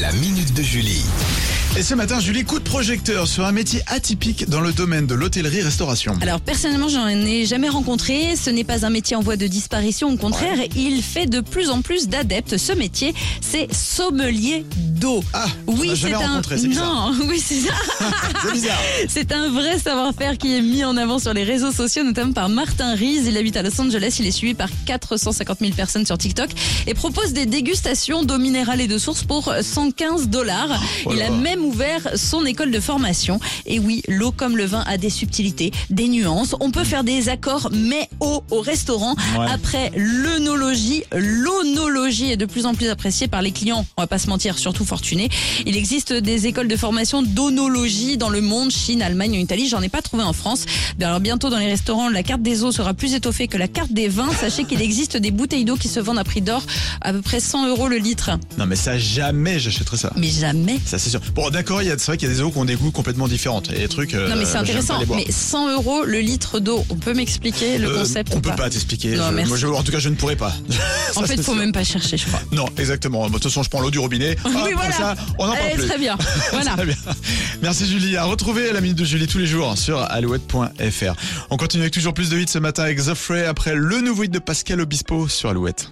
La minute de Julie. Et ce matin, Julie, coup de projecteur sur un métier atypique dans le domaine de l'hôtellerie-restauration. Alors personnellement, j'en ai jamais rencontré. Ce n'est pas un métier en voie de disparition. Au contraire, il fait de plus en plus d'adeptes. Ce métier, c'est sommelier d'eau. Ah, on oui, a jamais c'est un rencontré, c'est bizarre. non, oui, c'est ça. C'est bizarre. C'est un vrai savoir-faire qui est mis en avant sur les réseaux sociaux, notamment par Martin Rees. Il habite à Los Angeles. Il est suivi par 450 000 personnes sur TikTok et propose des dégustations d'eau minérale et de source pour 115 dollars. oh Il là a là. même ouvert son école de formation. Et oui, l'eau comme le vin a des subtilités, des nuances. On peut faire des accords mais eau au restaurant. Ouais. Après l'œnologie, l'onologie est de plus en plus appréciée par les clients. On va pas se mentir, surtout fortunés. Il existe des écoles de formation d'onologie dans le monde, Chine, Allemagne, Italie. J'en ai pas trouvé en France. Ben Alors bientôt dans les restaurants, la carte des eaux sera plus étoffée que la carte des vins. Sachez qu'il existe des bouteilles d'eau qui se vendent à prix d'or, à peu près 100 euros le litre. Non, mais ça, jamais j'achèterais ça. Mais jamais Ça, c'est sûr. Bon, d'accord, il y a- c'est vrai qu'il y a des eaux qui ont des goûts complètement différents. Et des trucs. euh, Non mais j'aime c'est pas intéressant. les boire. Mais 100 euros le litre d'eau, on peut m'expliquer le Euh, concept On ou peut pas t'expliquer. Non, Je- merci. moi, je- en tout cas, je ne pourrais pas. En Ça, fait, c'est faut sûr. même pas chercher, je crois. Non, exactement. Bon, De toute façon, je prends l'eau du robinet. Ah, oui, pour voilà. ça, on en parle Eh, plus. Très bien. Voilà. Très bien. Merci Julie. À retrouver la minute de Julie tous les jours sur alouette.fr. On continue avec toujours plus de hits ce matin avec The Fray après le nouveau hit de Pascal Obispo sur Alouette.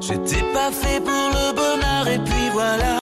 J'étais pas fait pour le bonheur et puis voilà.